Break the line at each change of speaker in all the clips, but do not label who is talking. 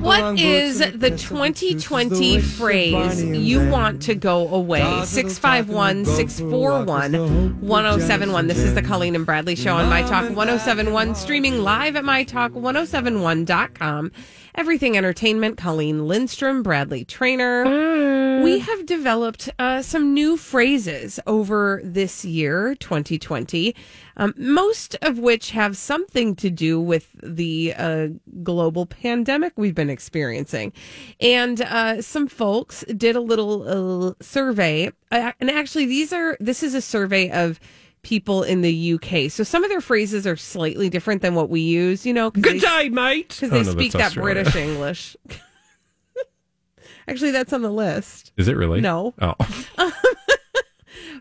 What is the 2020 phrase you want to go away? 651 641 1071. This is the Colleen and Bradley Show on My Talk 1071, streaming live at MyTalk1071.com. Everything Entertainment, Colleen Lindstrom, Bradley Trainer.
Mm.
We have developed uh, some new phrases over this year, 2020, um, most of which have something to do with the uh, global pandemic we've been experiencing. And uh, some folks did a little uh, survey. Uh, and actually, these are this is a survey of people in the UK. So some of their phrases are slightly different than what we use, you know.
Good day, mate.
Because they
Oh, no,
speak that
that's Australia.
British English. Actually, that's on the list.
Is it really?
No.
Oh,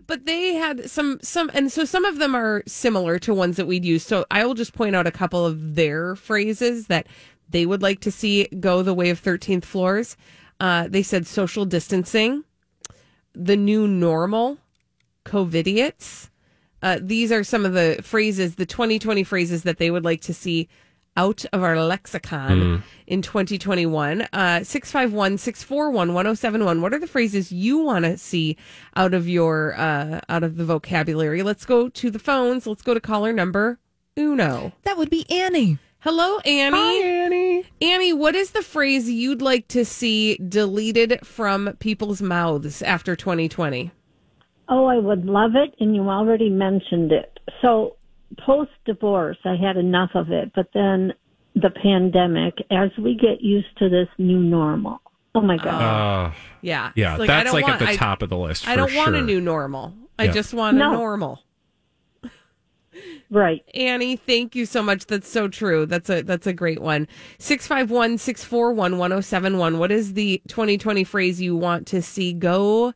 But they had some, some, and so some of them are similar to ones that we'd use. So I will just point out a couple of their phrases that they would like to see go the way of 13th floors. Uh, they said social distancing, the new normal, COVIDiots. Uh, these are some of the phrases, the 2020 phrases that they would like to see out of our lexicon
Hmm.
in 2021. Uh, 651 641 1071. What are the phrases you want to see out of your, uh, out of the vocabulary? Let's go to the phones. Let's go to caller number uno.
That would be Annie.
Hello, Annie.
Annie.
Annie, what is the phrase you'd like to see deleted from people's mouths after 2020?
Oh, I would love it, and you already mentioned it. So, post divorce, I had enough of it, but then the pandemic, as we get used to this new normal, oh my God.
uh,
Yeah.
yeah.
It's I
that's
don't
like
want-
at the
I-
top of the list.
I
for
don't want a
sure.
new normal. I
Yeah.
just want
No.
a normal.
right.
Annie, thank you so much. That's so true. That's a that's a great one. 651-641-1071. What is the 2020 phrase you want to see go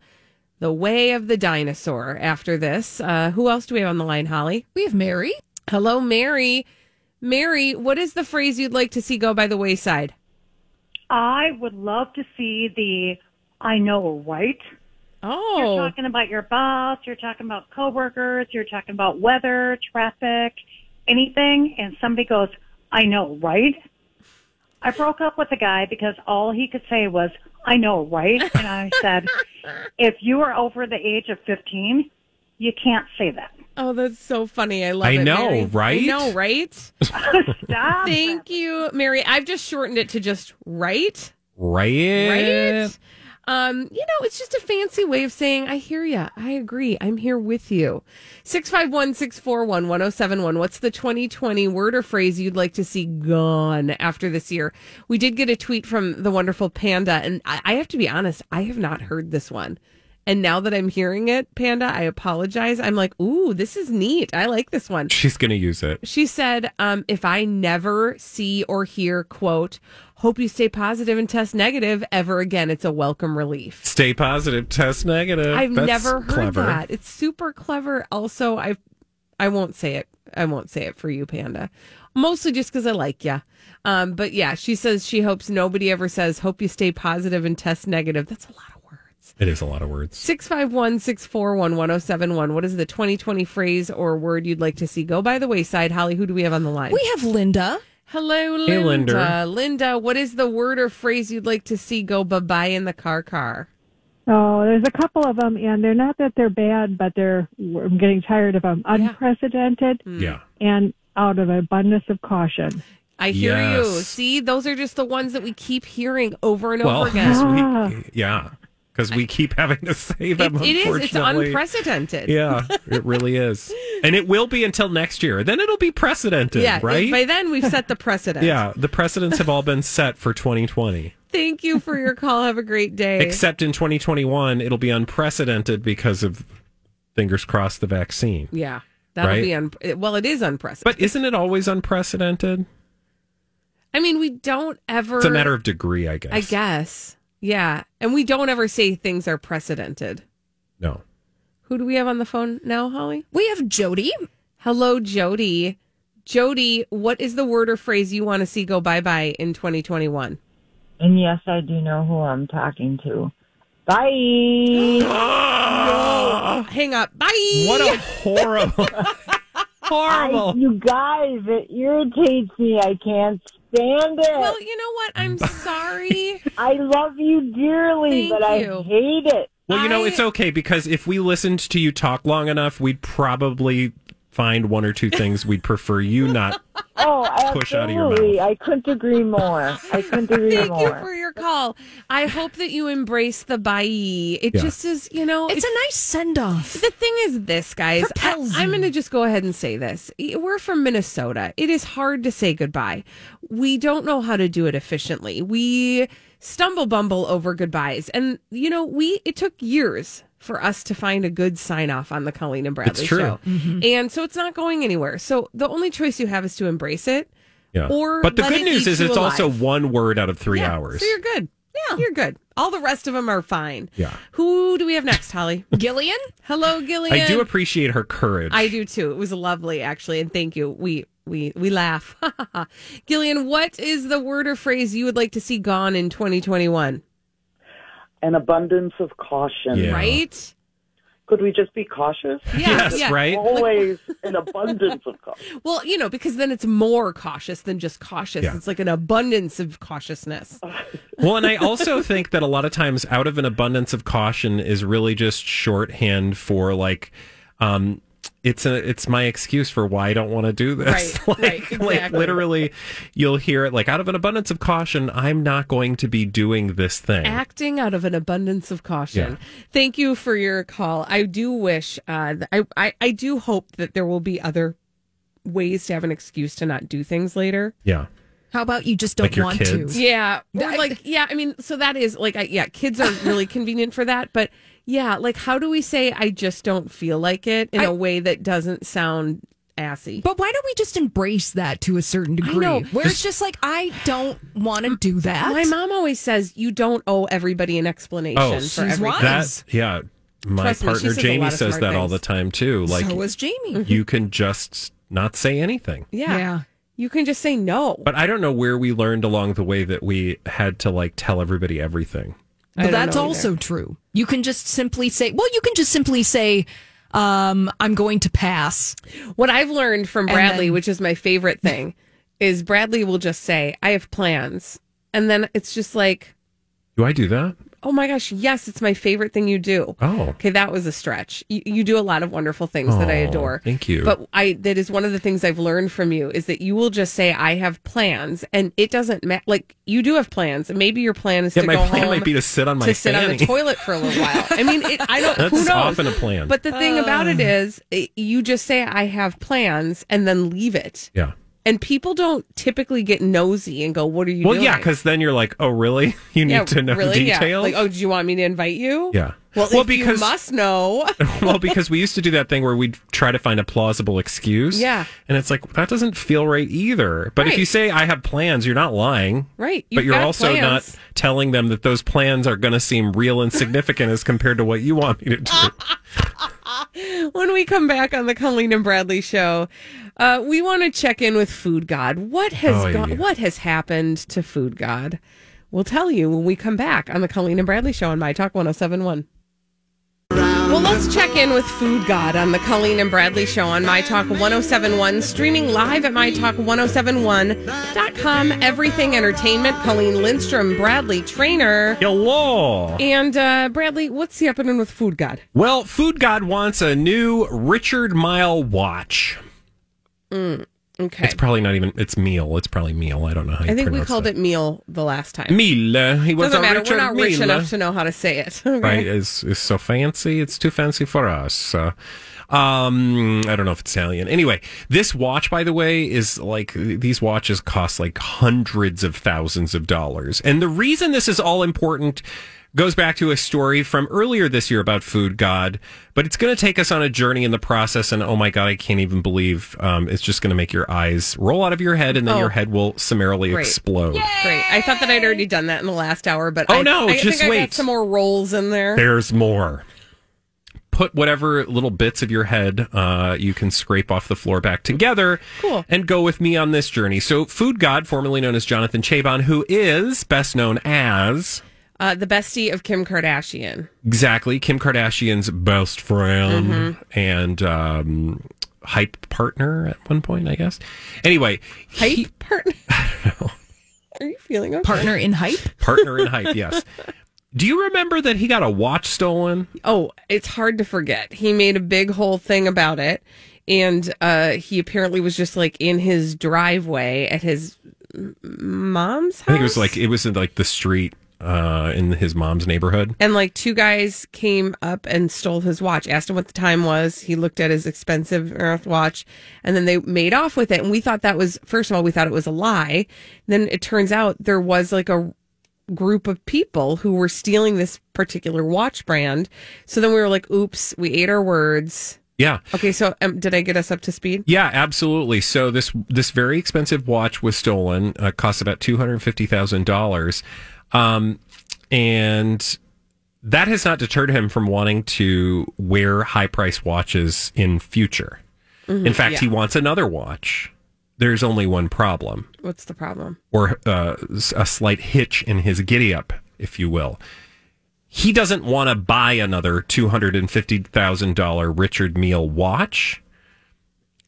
the way of the dinosaur after this? Uh, who else do we have on the line, Holly?
We have Mary.
Hello, Mary. Mary, what is the phrase you'd like to see go by the wayside?
I would love to see the I know, right? You're
Oh,
talking about your boss, you're talking about coworkers, you're talking about weather, traffic, anything, and somebody goes, I know, right? I broke up with a guy because all he could say was, I know, right? And I said, if you are over the age of 15, you can't say that.
oh, that's so funny. I love
I
it.
know,
Mary.
right?
I know, right?
Stop.
Thank you, Mary. I've just shortened it to just right,
Right?
right. Um, you know, it's just a fancy way of saying I hear ya. I agree. I'm here with you. Six five one six four one one zero seven one. What's the 2020 word or phrase you'd like to see gone after this year? We did get a tweet from the wonderful Panda, and I, I have to be honest, I have not heard this one. And now that I'm hearing it, Panda, I apologize. I'm like, ooh, this is neat. I like this one
She's gonna use it.
she said, um, if I never see or hear, quote, hope you stay positive and test negative ever again, it's a welcome relief.
Stay positive, test negative.
I've
That's
never heard
clever.
that. It's super clever. Also, I I won't say it. I won't say it for you, Panda. Mostly just because I like ya. Um, but yeah, she says she hopes nobody ever says, hope you stay positive and test negative. That's a lot of words.
It is a lot of words.
651 641 1071. What is the 2020 phrase or word you'd like to see go by the wayside? Holly, who do we have on the line?
We have Linda.
Hello, Linda.
Hey, Linda.
Linda. what is the word or phrase you'd like to see go bye bye in the car car?
Oh, there's a couple of them, and they're not that they're bad, but they're I'm getting tired of them. Unprecedented
Yeah.
and out of abundance of caution.
I hear you.
Yes.
See, those are just the ones that we keep hearing over and
Well,
over again.
'cause we, yeah, because we keep having to say them.
It- it is. It's
unfortunately.
unprecedented.
Yeah, it really is, and it will be until next year. Then it'll be precedented,
Yeah,
right?
By then, we've set the precedent.
yeah, the precedents have all been set for 2020.
Thank you for your call. Have a great day.
Except in 2021, it'll be unprecedented because of fingers crossed the vaccine.
yeah, that'll
Right.
be un. Well, it is unprecedented.
But isn't it always unprecedented?
I mean, we don't ever.
It's a matter of degree, I guess.
I guess. Yeah. And we don't ever say things are precedented.
No.
Who do we have on the phone now, Holly?
We have Jody.
Hello, Jody. Jody, what is the word or phrase you want to see go bye bye in 2021?
And yes, I do know who I'm talking to. Bye.
Hang up. Bye.
What a horrible, horrible.
you guys, it irritates me. I can't stand it.
well, you know what? I'm sorry.
I love you dearly,
Thank
but I
you.
hate it.
Well, you know,
I-
it's okay because if we listened to you talk long enough, we'd probably find one or two things we'd prefer you not.
Oh,
Push out of your
absolutely. I couldn't agree more. I couldn't agree
Thank you
more.
for your call. I hope that you embrace the bye. It
Yeah.
just is, you know,
It's a nice send off.
The thing is this, guys. I,
Propels
I'm
you.
going to just go ahead and say this. E, We're from Minnesota. It is hard to say goodbye. We don't know how to do it efficiently. We stumble bumble over goodbyes. And, you know, we it took years for us to find a good sign off on the Colleen and Bradley
It's true.
show.
Mm-hmm.
And so it's not going anywhere. So the only choice you have is to embrace it.
Yeah.
Or
but the
let
good
it
news
eat
is
you
it's also
alive.
one word out of three
Yeah,
hours.
So you're good. Yeah. You're good. All the rest of them are fine.
Yeah.
Who do we have next, Holly?
Gillian?
Hello, Gillian.
I do appreciate her courage.
I do too. It was lovely, actually, and thank you. We we we laugh. Gillian, what is the word or phrase you would like to see gone in 2021?
An abundance of caution.
Yeah.
Right?
Could we just be cautious?
Yeah,
yes,
yeah.
right?
Always an abundance of caution.
Well, you know, because then it's more cautious than just cautious.
Yeah. Oh.
It's like an abundance of cautiousness.
Well, and I also think that a lot of times, out of an abundance of caution, is really just shorthand for like, um, it's a it's my excuse for why I don't want to do this.
Right,
like,
right,
like
exactly.
literally, you'll hear it like out of an abundance of caution, I'm not going to be doing this thing.
acting out of an abundance of caution.
Yeah.
Thank you for your call. I do wish, uh, th- I, I, I do hope that there will be other ways to have an excuse to not do things later.
yeah,
How about you just don't
Like your
want
kids?
to?
Yeah. Or
That-
like, yeah, I mean, so that is like, I, yeah, kids are really convenient for that. But yeah, like, how do we say, I just don't feel like it in a
I-
way that doesn't sound assy?
But why don't we just embrace that to a certain degree?
know.
Where it's just like, I don't want to do that.
My mom always says, you don't owe everybody an explanation
Oh,
for
she's
everything.
wise.
that yeah. My
Trust me, she
partner
says a
Jamie
lot of
says
smart
that all the
things. Mm-hmm.
time too. Like
so was Jamie.
you can just not say anything.
Mm. Yeah. You can just say no.
But I don't know where we learned along the way that we had to like tell everybody everything.
But
I don't
that's
know either.
also true. You can just simply say, well, you can just simply say, um, I'm going to pass.
What I've learned from Bradley,
then-
which is my favorite thing, is Bradley will just say, I have plans. And then it's just like,
Do I do that?
oh my gosh, yes, it's my favorite thing you do.
Oh.
Okay, that was a stretch. You, you do a lot of wonderful things that I
Oh,
adore.
thank you.
But I that is one of the things I've learned from you is that you will just say I have plans, and it doesn't matter. Like you do have plans, and maybe your plan is
Yeah,
to
my
go
plan
home
might be to sit on my
to sit on
fanny.
the toilet for a little while. I mean, it, I don't.
That's
who knows?
often a plan.
But the thing about it is, it, you just say I have plans, and then leave it.
Yeah.
And people don't typically get nosy and go, "What are you
Well,
doing?"
yeah, because then you're like, oh, really? You need
Yeah,
to know
really? Yeah.
details?
Like, oh, do you want me to invite you?
yeah.
Well,
well
if you
because
must know.
well, because we used to do that thing where we'd try to find a plausible excuse.
Yeah.
And it's like that doesn't feel right either. But if
Right.
you say I have plans, you're not lying.
Right.
but
You've
you're
got
also
plans.
not telling them that those plans are going to seem real and significant as compared to what you want me to do.
when we come back on the Colleen and Bradley show, uh, we want to check in with Food God. What has
Oh,
go-
yeah.
what has happened to Food God? We'll tell you when we come back on the Colleen and Bradley show on My Talk 1071. Well, let's check in with Food God on the Colleen and Bradley show on My Talk 1071, streaming live at MyTalk1071.com. Everything Entertainment, Colleen Lindstrom, Bradley Trainer.
Hello.
And uh, Bradley, what's the happening with Food God?
Well, Food God wants a new Richard Mile watch.
Okay.
It's probably not even. It's meal. It's probably meal. I don't know how. You
I think we
pronounce
called
that.
it meal the last time.
Mila. He was
Doesn't
a
matter.
Richard
We're not rich
Mila.
enough to know how to say it. Okay.
Right? Is is so fancy? It's too fancy for us. Uh, Um, I don't know if it's Italian. Anyway, this watch, by the way, is like these watches cost like hundreds of thousands of dollars. And the reason this is all important goes back to a story from earlier this year about food god, but it's going to take us on a journey in the process. And oh my god, I can't even believe um, it's just going to make your eyes roll out of your head, and then
Oh.
your head will summarily
Great.
explode.
Great. I thought that I'd already done that in the last hour, but
Oh,
I,
no,
I
just
think I
wait.
got some more rolls in there.
There's more. Put whatever little bits of your head uh, you can scrape off the floor back together
Cool.
and go with me on this journey. So, Food God, formerly known as Jonathan Chabon, who is best known as
Uh, the bestie of Kim Kardashian.
exactly Kim Kardashian's best friend
Mm-hmm.
and um, hype partner at one point, I guess. Anyway,
Hype
he-
partner. Are you feeling okay?
Partner in hype.
partner in hype, yes. Do you remember that he got a watch stolen?
Oh, it's hard to forget. He made a big whole thing about it. And uh, he apparently was just like in his driveway at his m- mom's house.
I think it was like it was in like the street uh, in his mom's neighborhood.
And like two guys came up and stole his watch, asked him what the time was. He looked at his expensive Earth watch and then they made off with it. And we thought that was, first of all, we thought it was a lie. Then it turns out there was like a group of people who were stealing this particular watch brand. So then we were like, oops, we ate our words.
Yeah.
Okay, so um, did I get us up to speed?
Yeah, absolutely. So this this very expensive watch was stolen. Uh, cost about two hundred fifty thousand dollars, um, and that has not deterred him from wanting to wear high price watches in future. in fact, he wants another watch. There's only one problem,
What's the problem?
or uh, s- a slight hitch in his giddy up, if you will. He doesn't want to buy another two hundred and fifty thousand dollar Richard Mille watch.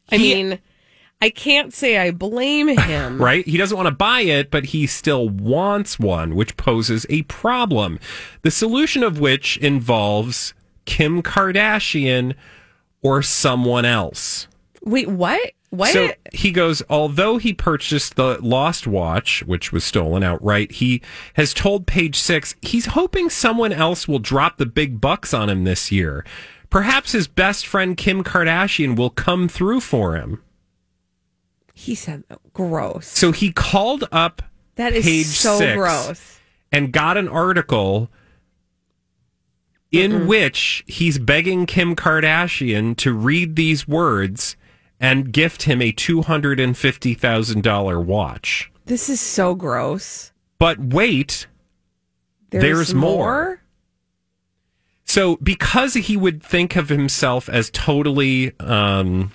I
He-
mean, I can't say I blame him.
right? He doesn't want to buy it, but he still wants one, which poses a problem. The solution of which involves Kim Kardashian or someone else.
Wait, what? What?
So he goes, although he purchased the lost watch, which was stolen outright, he has told Page Six he's hoping someone else will drop the big bucks on him this year. Perhaps his best friend Kim Kardashian will come through for him.
he said, gross.
So he called up
That is
Page
so
Six.
gross.
and got an article in which he's begging Kim Kardashian to read these words and gift him a $250,000 watch.
This is so gross.
But wait, There's more? so because he would think of himself as totally um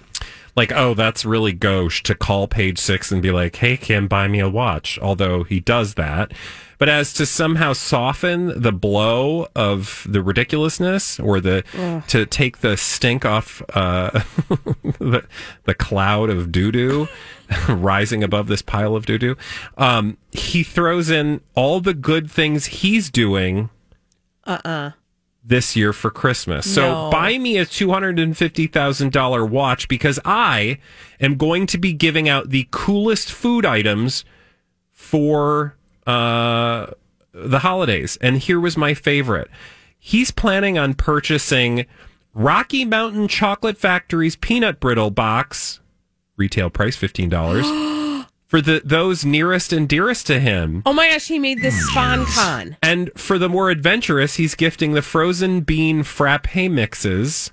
like oh that's really gauche to call page 6 and be like hey Kim buy me a watch although he does that but as to somehow soften the blow of the ridiculousness or the to take the stink off uh the, the cloud of doo doo rising above this pile of doo doo um he throws in all the good things he's doing this year for Christmas. So
No.
buy me a $250,000 watch because I am going to be giving out the coolest food items for uh, the holidays. And here was my favorite. He's planning on purchasing Rocky Mountain Chocolate Factory's peanut brittle box, retail price $15, for the those nearest and dearest to him.
Oh my gosh, he made this
Mm.
spawn con.
And for the more adventurous, he's gifting the frozen bean frappe mixes,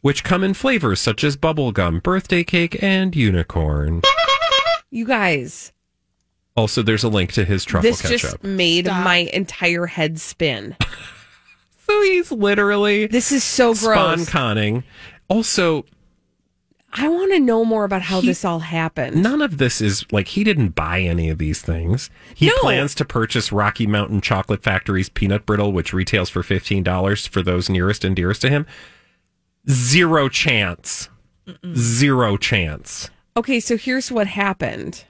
which come in flavors such as bubblegum, birthday cake, and unicorn.
You guys,
Also, there's a link to his truffle
this
ketchup.
just made my entire head spin.
So he's literally
This is so
spawn
gross.
conning. Also,
I want to know more about how
He-
this all happened.
none of this is like he didn't buy any of these things. He
No.
plans to purchase Rocky Mountain Chocolate Factory's peanut brittle, which retails for fifteen dollars for those nearest and dearest to him. Zero chance. Zero chance.
Okay, so here's what happened.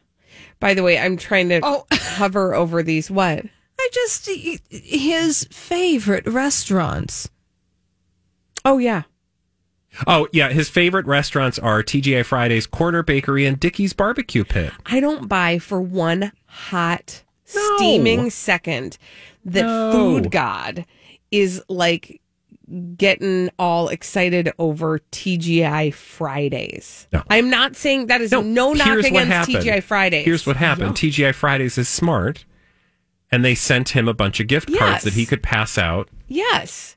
By the way, I'm trying to
Oh.
hover over these. What?
I just his favorite restaurants.
Oh, yeah.
Oh yeah, his favorite restaurants are TGI Fridays, Corner Bakery, and Dickie's Barbecue Pit.
I don't buy for one hot steaming second that
No.
food god is like getting all excited over TGI Fridays.
No.
I'm not saying that is no, knock
here's what
against
happened.
TGI Fridays.
Here's what happened. TGI Fridays is smart, and they sent him a bunch of gift
Yes.
cards that he could pass out.
Yes.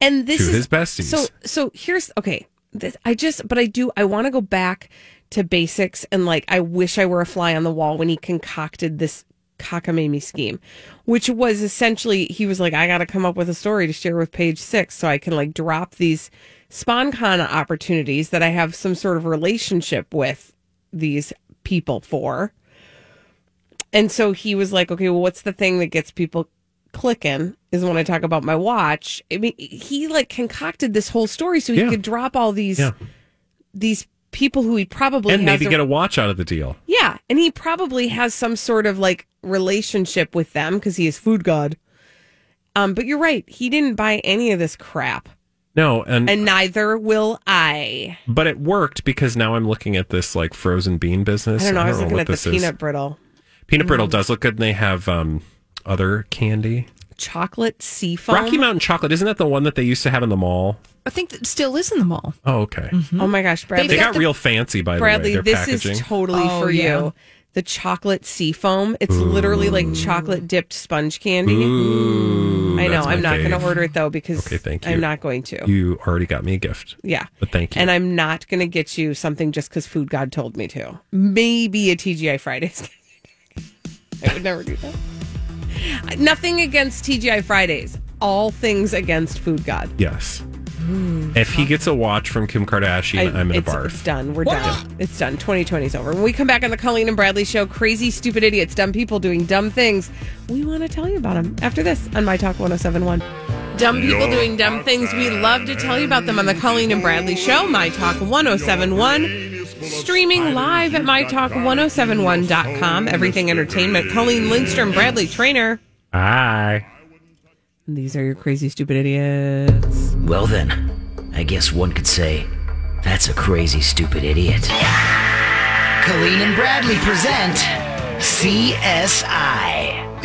And this
To
is
his besties.
So so here's okay. This I just but I do I want to go back to basics and like I wish I were a fly on the wall when he concocted this cockamamie scheme, which was essentially he was like, I gotta come up with a story to share with page six so I can like drop these SponCon opportunities that I have some sort of relationship with these people for. And so he was like, okay, well, what's the thing that gets people clicking is when I talk about my watch. I mean, he like concocted this whole story so he
Yeah.
could drop all these
Yeah.
these people who he probably
and
has
maybe get a watch out of the deal.
yeah, and he probably has some sort of like relationship with them because he is food god. Um, but you're right, he didn't buy any of this crap,
No, and,
and neither will I.
but it worked because now I'm looking at this like frozen bean business.
I don't know. I was looking
what
at the
this
peanut Mm-hmm.
is.
brittle,
Peanut brittle does look good, and they have um, other candy.
chocolate sea foam.
Rocky Mountain chocolate isn't that the one that they used to have in the mall?
I think that still is in the mall.
Oh, okay.
Oh my gosh, Bradley!
They
They've
got
got the-
real fancy by
Bradley,
the way.
this
Their packaging.
is totally
Oh,
for
yeah.
you. The chocolate sea foam. It's literally like chocolate dipped sponge candy.
Ooh,
I know.
that's my
I'm not going
fave.
to order it though because
Okay, thank you.
I'm not going to.
You already got me a gift,
yeah.
but thank you.
And I'm not going to get you something just because Food God told me to. Maybe a TGI Fridays. I would never do that. Nothing against TGI Fridays. All things against Food God.
yes. if he gets a watch from Kim Kardashian, I, am in a
Mm-hmm. it's,
barf.
It's done. We're done. It's done. 2020 is over. When we come back on the Colleen and Bradley show, crazy, stupid idiots, dumb people doing dumb things. We want to tell you about them after this on My Talk 1071. Dumb
oh.
people doing dumb things. We love to tell you about them on the Colleen and Bradley show, My Talk 1071. Streaming live at MyTalk1071.com. Everything Entertainment. Colleen Lindstrom, Bradley Trainer.
Hi.
These are your crazy, stupid idiots.
Well, then, I guess one could say that's a crazy, stupid idiot. Colleen and Bradley present CSI.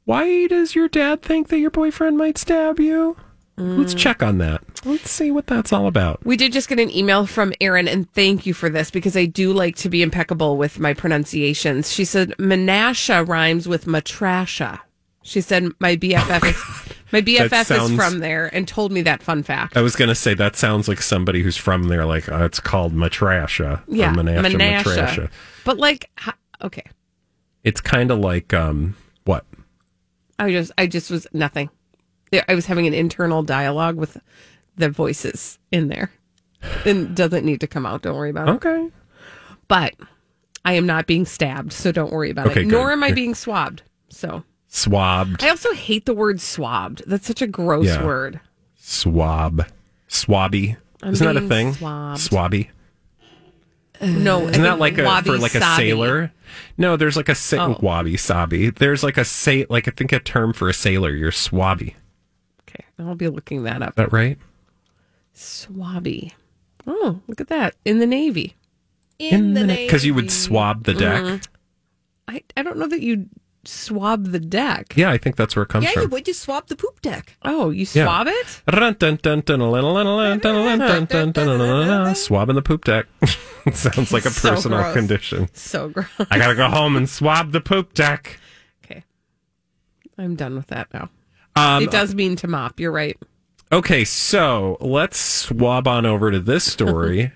why does your dad think that your boyfriend might stab you? Let's
Mm.
check on that. Let's see what that's all about.
We did just get an email from Erin, and thank you for this because I do like to be impeccable with my pronunciations. She said Menasha rhymes with Matrasha. She said my BFF is my BFF
sounds- Oh,
is from there, and told me that fun fact.
I was going to say that sounds like somebody who's from there, like, oh, it's called Matrasha.
Yeah,
Or Menasha,
Menasha.
Matrasha.
But like, ho- okay,
It's kind of like, um, what?
I just I just was nothing. There- I was having an internal dialogue with the voices in there, and doesn't need to come out. Don't worry about it.
Okay.
But I am not being stabbed, so don't worry about
Okay,
it.
good.
Nor am I
You're-
being swabbed. So
Swabbed.
I also hate the word swabbed. That's such a gross
Yeah.
word.
Swab. Swabby.
I'm
Isn't that a
being
thing?
swabbed.
Swabby.
No,
Isn't that like a, for like a
wabi-sabi.
sailor? No, there's like a sa-
Oh.
wabi sabi. There's like a sa- like I think a term for a sailor. You're swabby. Is
I'll be looking that up.
that right?
Swabby. Oh, look at that in the navy.
because you would swab the deck.
Mhm. I I don't know that you swab the deck.
Yeah, I think that's where it comes from.
would. You swab the poop deck. Oh, you
Yeah.
swab it?
Run, dun, dun, dun, dun, dun, dun, dun, dun, dun, dun, dun, dun, dun, dun. Swabbing the poop deck. It Sounds like a
So
personal
gross.
condition.
So gross.
I gotta go home and swab the poop deck.
I'm done with that now.
Um,
it does mean to mop. You're right.
Okay, so let's swab on over to this story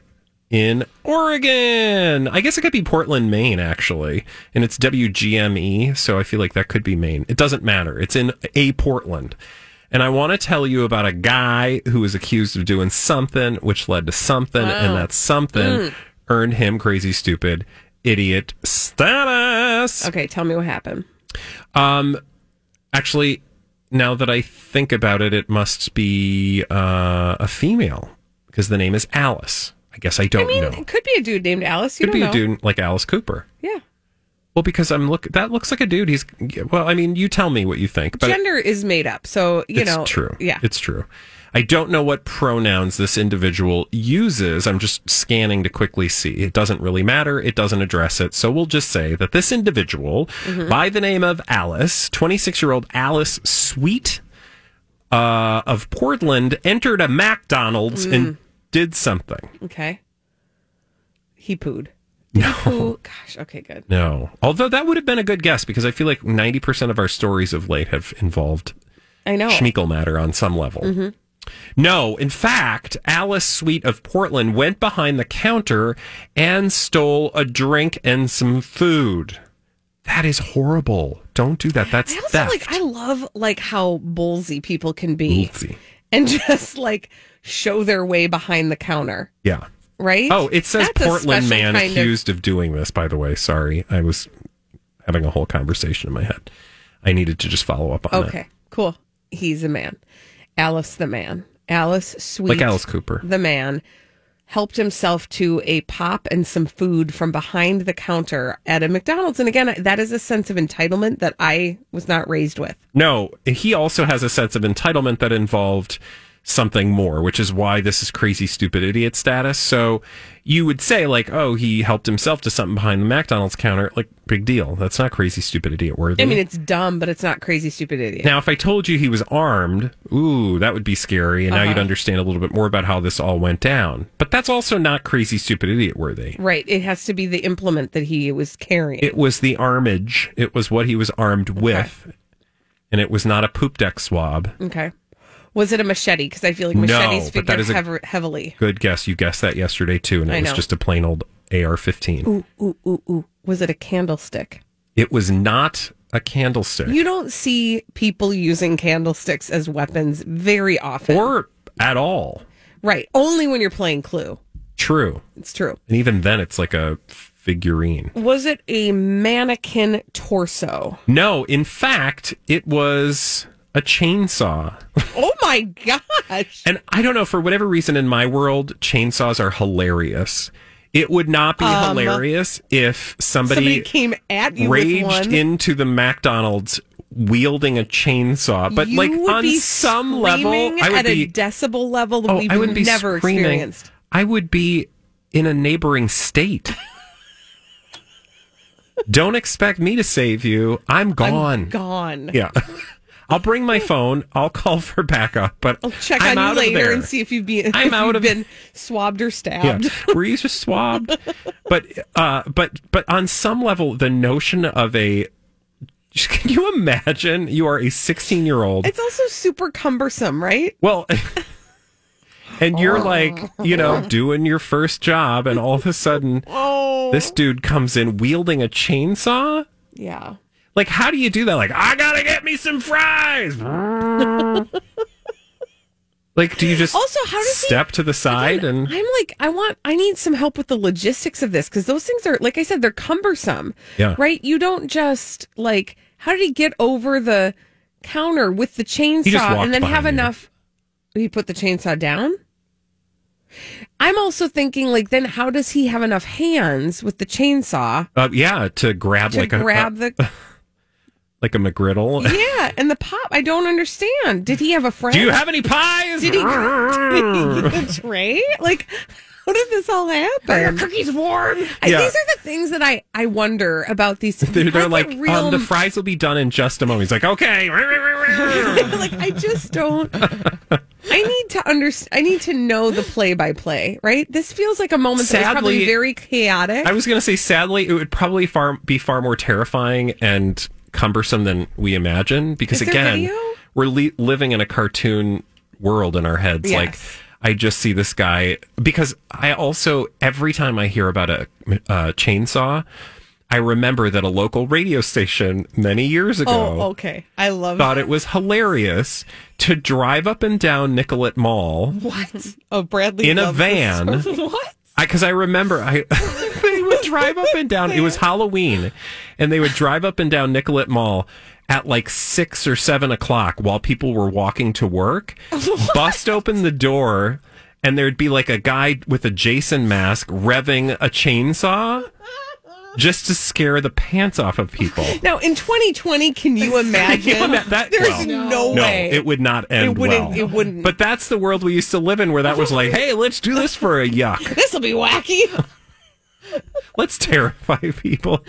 in Oregon. I guess it could be Portland, Maine, actually. And it's WGME, E, so I feel like that could be Maine. It doesn't matter. It's in a Portland. And I want to tell you about a guy who was accused of doing something, which led to something, and that something
Mm.
earned him crazy, stupid, idiot status.
Okay, tell me what happened.
Um, actually, now that I think about it, it must be uh, a female because the name is Alice. I guess I don't
I mean,
know.
it could be a dude named Alice. You
Oh, Could
don't
be
know.
a dude like Alice Cooper.
Yeah.
Well, because I'm look that looks like a dude. He's well. I mean, you tell me what you think. But
Gender is made up, so you
it's
know.
true.
Yeah.
it's true. I don't know what pronouns this individual uses. I'm just scanning to quickly see. It doesn't really matter. It doesn't address it. So we'll just say that this individual,
Mm-hmm.
Mhm.
by the name of Alice, 26 year old Alice Sweet uh, of Portland, entered a McDonald's
Mm.
and did something.
Okay. He pooed. Did he poo? Gosh. Okay. Good.
No. Although that would have been a good guess because I feel like 90% of our stories of late have involved
I know.
Schmeagle matter on some level.
Mhm.
No, in fact, Alice Sweet of Portland went behind the counter and stole a drink and some food. That is horrible. Don't do that. That's
I also
theft.
like. I love like how ballsy people can be, and just like show their way behind the counter,
yeah.
right?
Oh, it says
That's a
Portland
special
man
kind of-
accused of doing this, by the way. Sorry. I was having a whole conversation in my head. I needed to just follow up on that.
Okay, cool. He's a man. Alice the man. Alice Sweet.
Alice Cooper.
The man helped himself to a pop and some food from behind the counter at a McDonald's. And again, that is a sense of entitlement that I was not raised with.
No, he also has a sense of entitlement that involved something more, which is why this is crazy, stupid, idiot status. So you would say, like, oh, he helped himself to something behind the McDonald's counter. Like, big deal. That's not crazy, stupid, idiot worthy.
I mean, it's dumb, but it's not crazy, stupid idiot.
now, if I told you he was armed, ooh, that would be scary. And now
Uh-huh.
you'd understand a little bit more about how this all went down. But that's also not crazy, stupid, idiot worthy.
Right. It has to be the implement that he was carrying.
It was the armage, it was what he was armed with. And it was not a poop deck swab.
okay. Was it a machete? Because I feel like
No,
machetes
but that
figured
is a-
heav- heavily.
Good guess. You guessed that yesterday, too. And it
I
was
know.
just a plain old AR 15.
Ooh, ooh, ooh, ooh. Was it a candlestick?
It was not a candlestick.
You don't see people using candlesticks as weapons very often.
or at all.
right. Only when you're playing Clue.
True.
It's true.
And even then, it's like a figurine.
Was it a mannequin torso?
No, in fact, it was a chainsaw.
Oh my gosh.
And I don't know, for whatever reason in my world, chainsaws are hilarious. It would not be
Um,
hilarious if
Somebody
somebody,
came at you with
raged
one.
into the McDonald's wielding a chainsaw. But
You
like
would
on
be
some level,
screaming
I would
at
be
a decibel level that
Oh,
we've
I wouldn't be
never
screaming.
experienced.
I would be in a neighboring state. Don't expect me to save you. I'm gone.
Gone.
Yeah. I'll bring my phone. I'll call for backup, but
I'll check
I'm
on
out
you
of there.
later and see if you've been
I'm
if
out
you've
of-
been swabbed or
yeah.
stabbed.
Were you just swabbed? but uh but but on some level the notion of a can you imagine you are a 16 year old
It's also super cumbersome, right?
Well, and you're like, you know, doing your first job, and all of a sudden,
Oh.
this dude comes in wielding a chainsaw.
Yeah.
Like, how do you do that? Like, I gotta get me some fries. like, do you just
Also, how does he-
step to the side and
I'm like, I want, I need some help with the logistics of this because those things are, like I said, they're cumbersome.
Yeah.
Right? You don't just, like, how did he get over the counter with the chainsaw
walked
and then have
behind you.
enough? He put the chainsaw down? I'm also thinking, like, then how does he have enough hands with the chainsaw
uh, yeah to grab
to
like
grab
a
the.
like a McGriddle?
yeah, and the pop. I don't understand. Did he have a friend?
Do you have any pies?
Did he, did he get a tray? Like, how did this all happen?
cookies warm?
I-
Yeah.
These are the things that I, I wonder about these.
They're, they're
I'm a
like,
real-
um, the fries will be done in just a moment. He's like, okay.
like I just don't. I need to understand. I need to know the play by play. Right? This feels like a moment that was probably
Sadly-
very chaotic.
I was going to say, sadly, it would probably far be far more terrifying and cumbersome than we imagine. Because
Is there
again,
video?
we're le- living in a cartoon world in our heads.
Yes.
Like, I just see this guy because I also every time I hear about a uh, chainsaw, I remember that a local radio station many years ago
oh, okay. I love
thought it was hilarious to drive up and down Nicollet Mall
what? Oh, Bradley
in a
loved this
van.
so- what?
Because I, remember I they would drive up and down. It was Halloween, and they would drive up and down Nicollet Mall at like six or seven o'clock while people were walking to work. Bust open the door, and there'd be like a guy with a Jason mask revving a chainsaw just to scare the pants off of people.
Now in 2020, can you imagine?
ima- that-
There's
well,
no,
No,
way.
it would not end
It wouldn't-
well.
it wouldn't.
But that's the world we used to live in, where that was like, "Hey, let's do this for a yuck."
this will be wacky.
Let's terrify people.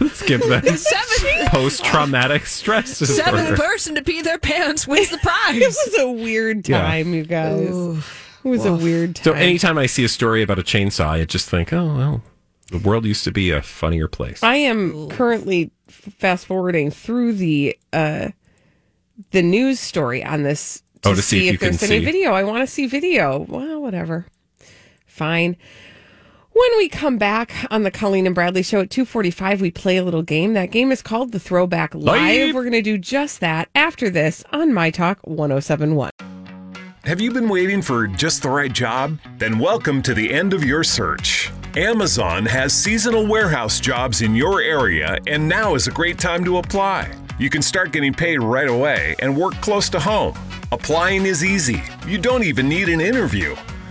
Let's give them
Seventh,
post traumatic stress
seventh
disorder.
person to pee their pants wins the
It
prize.
was a weird
Yeah.
time, you guys. it was a weird time.
So anytime I see a story about a chainsaw, I just think, oh well, the world used to be a funnier place.
I am currently fast forwarding through the uh, the news story on this to,
Oh, to see if you
there's
can
any
see.
video. I want to see video. Well, whatever. Fine. When we come back on the Colleen and Bradley show at 2:45, we play a little game. That game is called The Throwback Live.
Live.
We're going to do just that after this on My Talk 1071.
Have you been waiting for just the right job? Then welcome to the end of your search. Amazon has seasonal warehouse jobs in your area, and now is a great time to apply. You can start getting paid right away and work close to home. Applying is easy, you don't even need an interview.